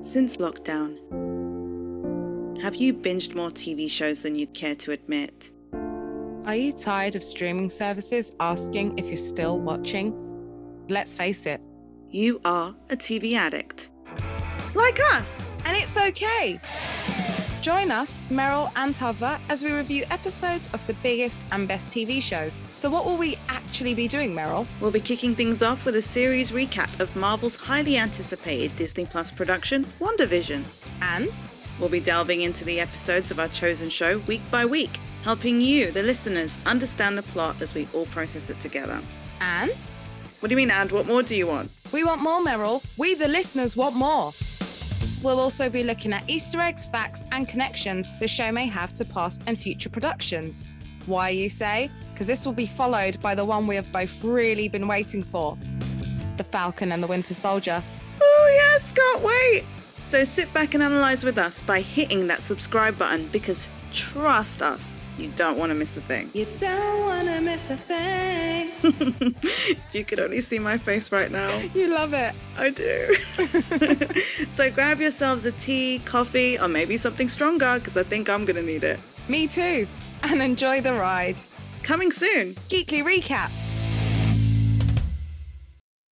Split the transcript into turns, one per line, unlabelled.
Since lockdown, have you binged more TV shows than you'd care to admit?
Are you tired of streaming services asking if you're still watching? Let's face it,
You are a TV addict.
like us, and it's okay. Join us, Meryl and Hava, as we review episodes of the biggest and best TV shows. So, what will we actually be doing, Meryl?
We'll be kicking things off with a series recap of Marvel's highly anticipated Disney Plus production, WandaVision.
And
We'll be delving into the episodes of our chosen show week by week, helping you, the listeners, understand the plot as we all process it together.
and
What do you mean, and what more do you want?
we want more, Meryl. We, the listeners, want more. We'll also be looking at Easter eggs, facts, and connections the show may have to past and future productions. Why, you say? Because this will be followed by the one we have both really been waiting for The Falcon and the Winter Soldier.
Oh, yes, can't wait! So sit back and analyze with us by hitting that subscribe button because trust us, you don't want to miss a thing.
You don't want to miss a thing.
if you could only see my face right now.
You love it.
I do. so grab yourselves a tea, coffee, or maybe something stronger because I think I'm going to need it.
Me too. And enjoy the ride.
Coming soon.
Geekly Recap.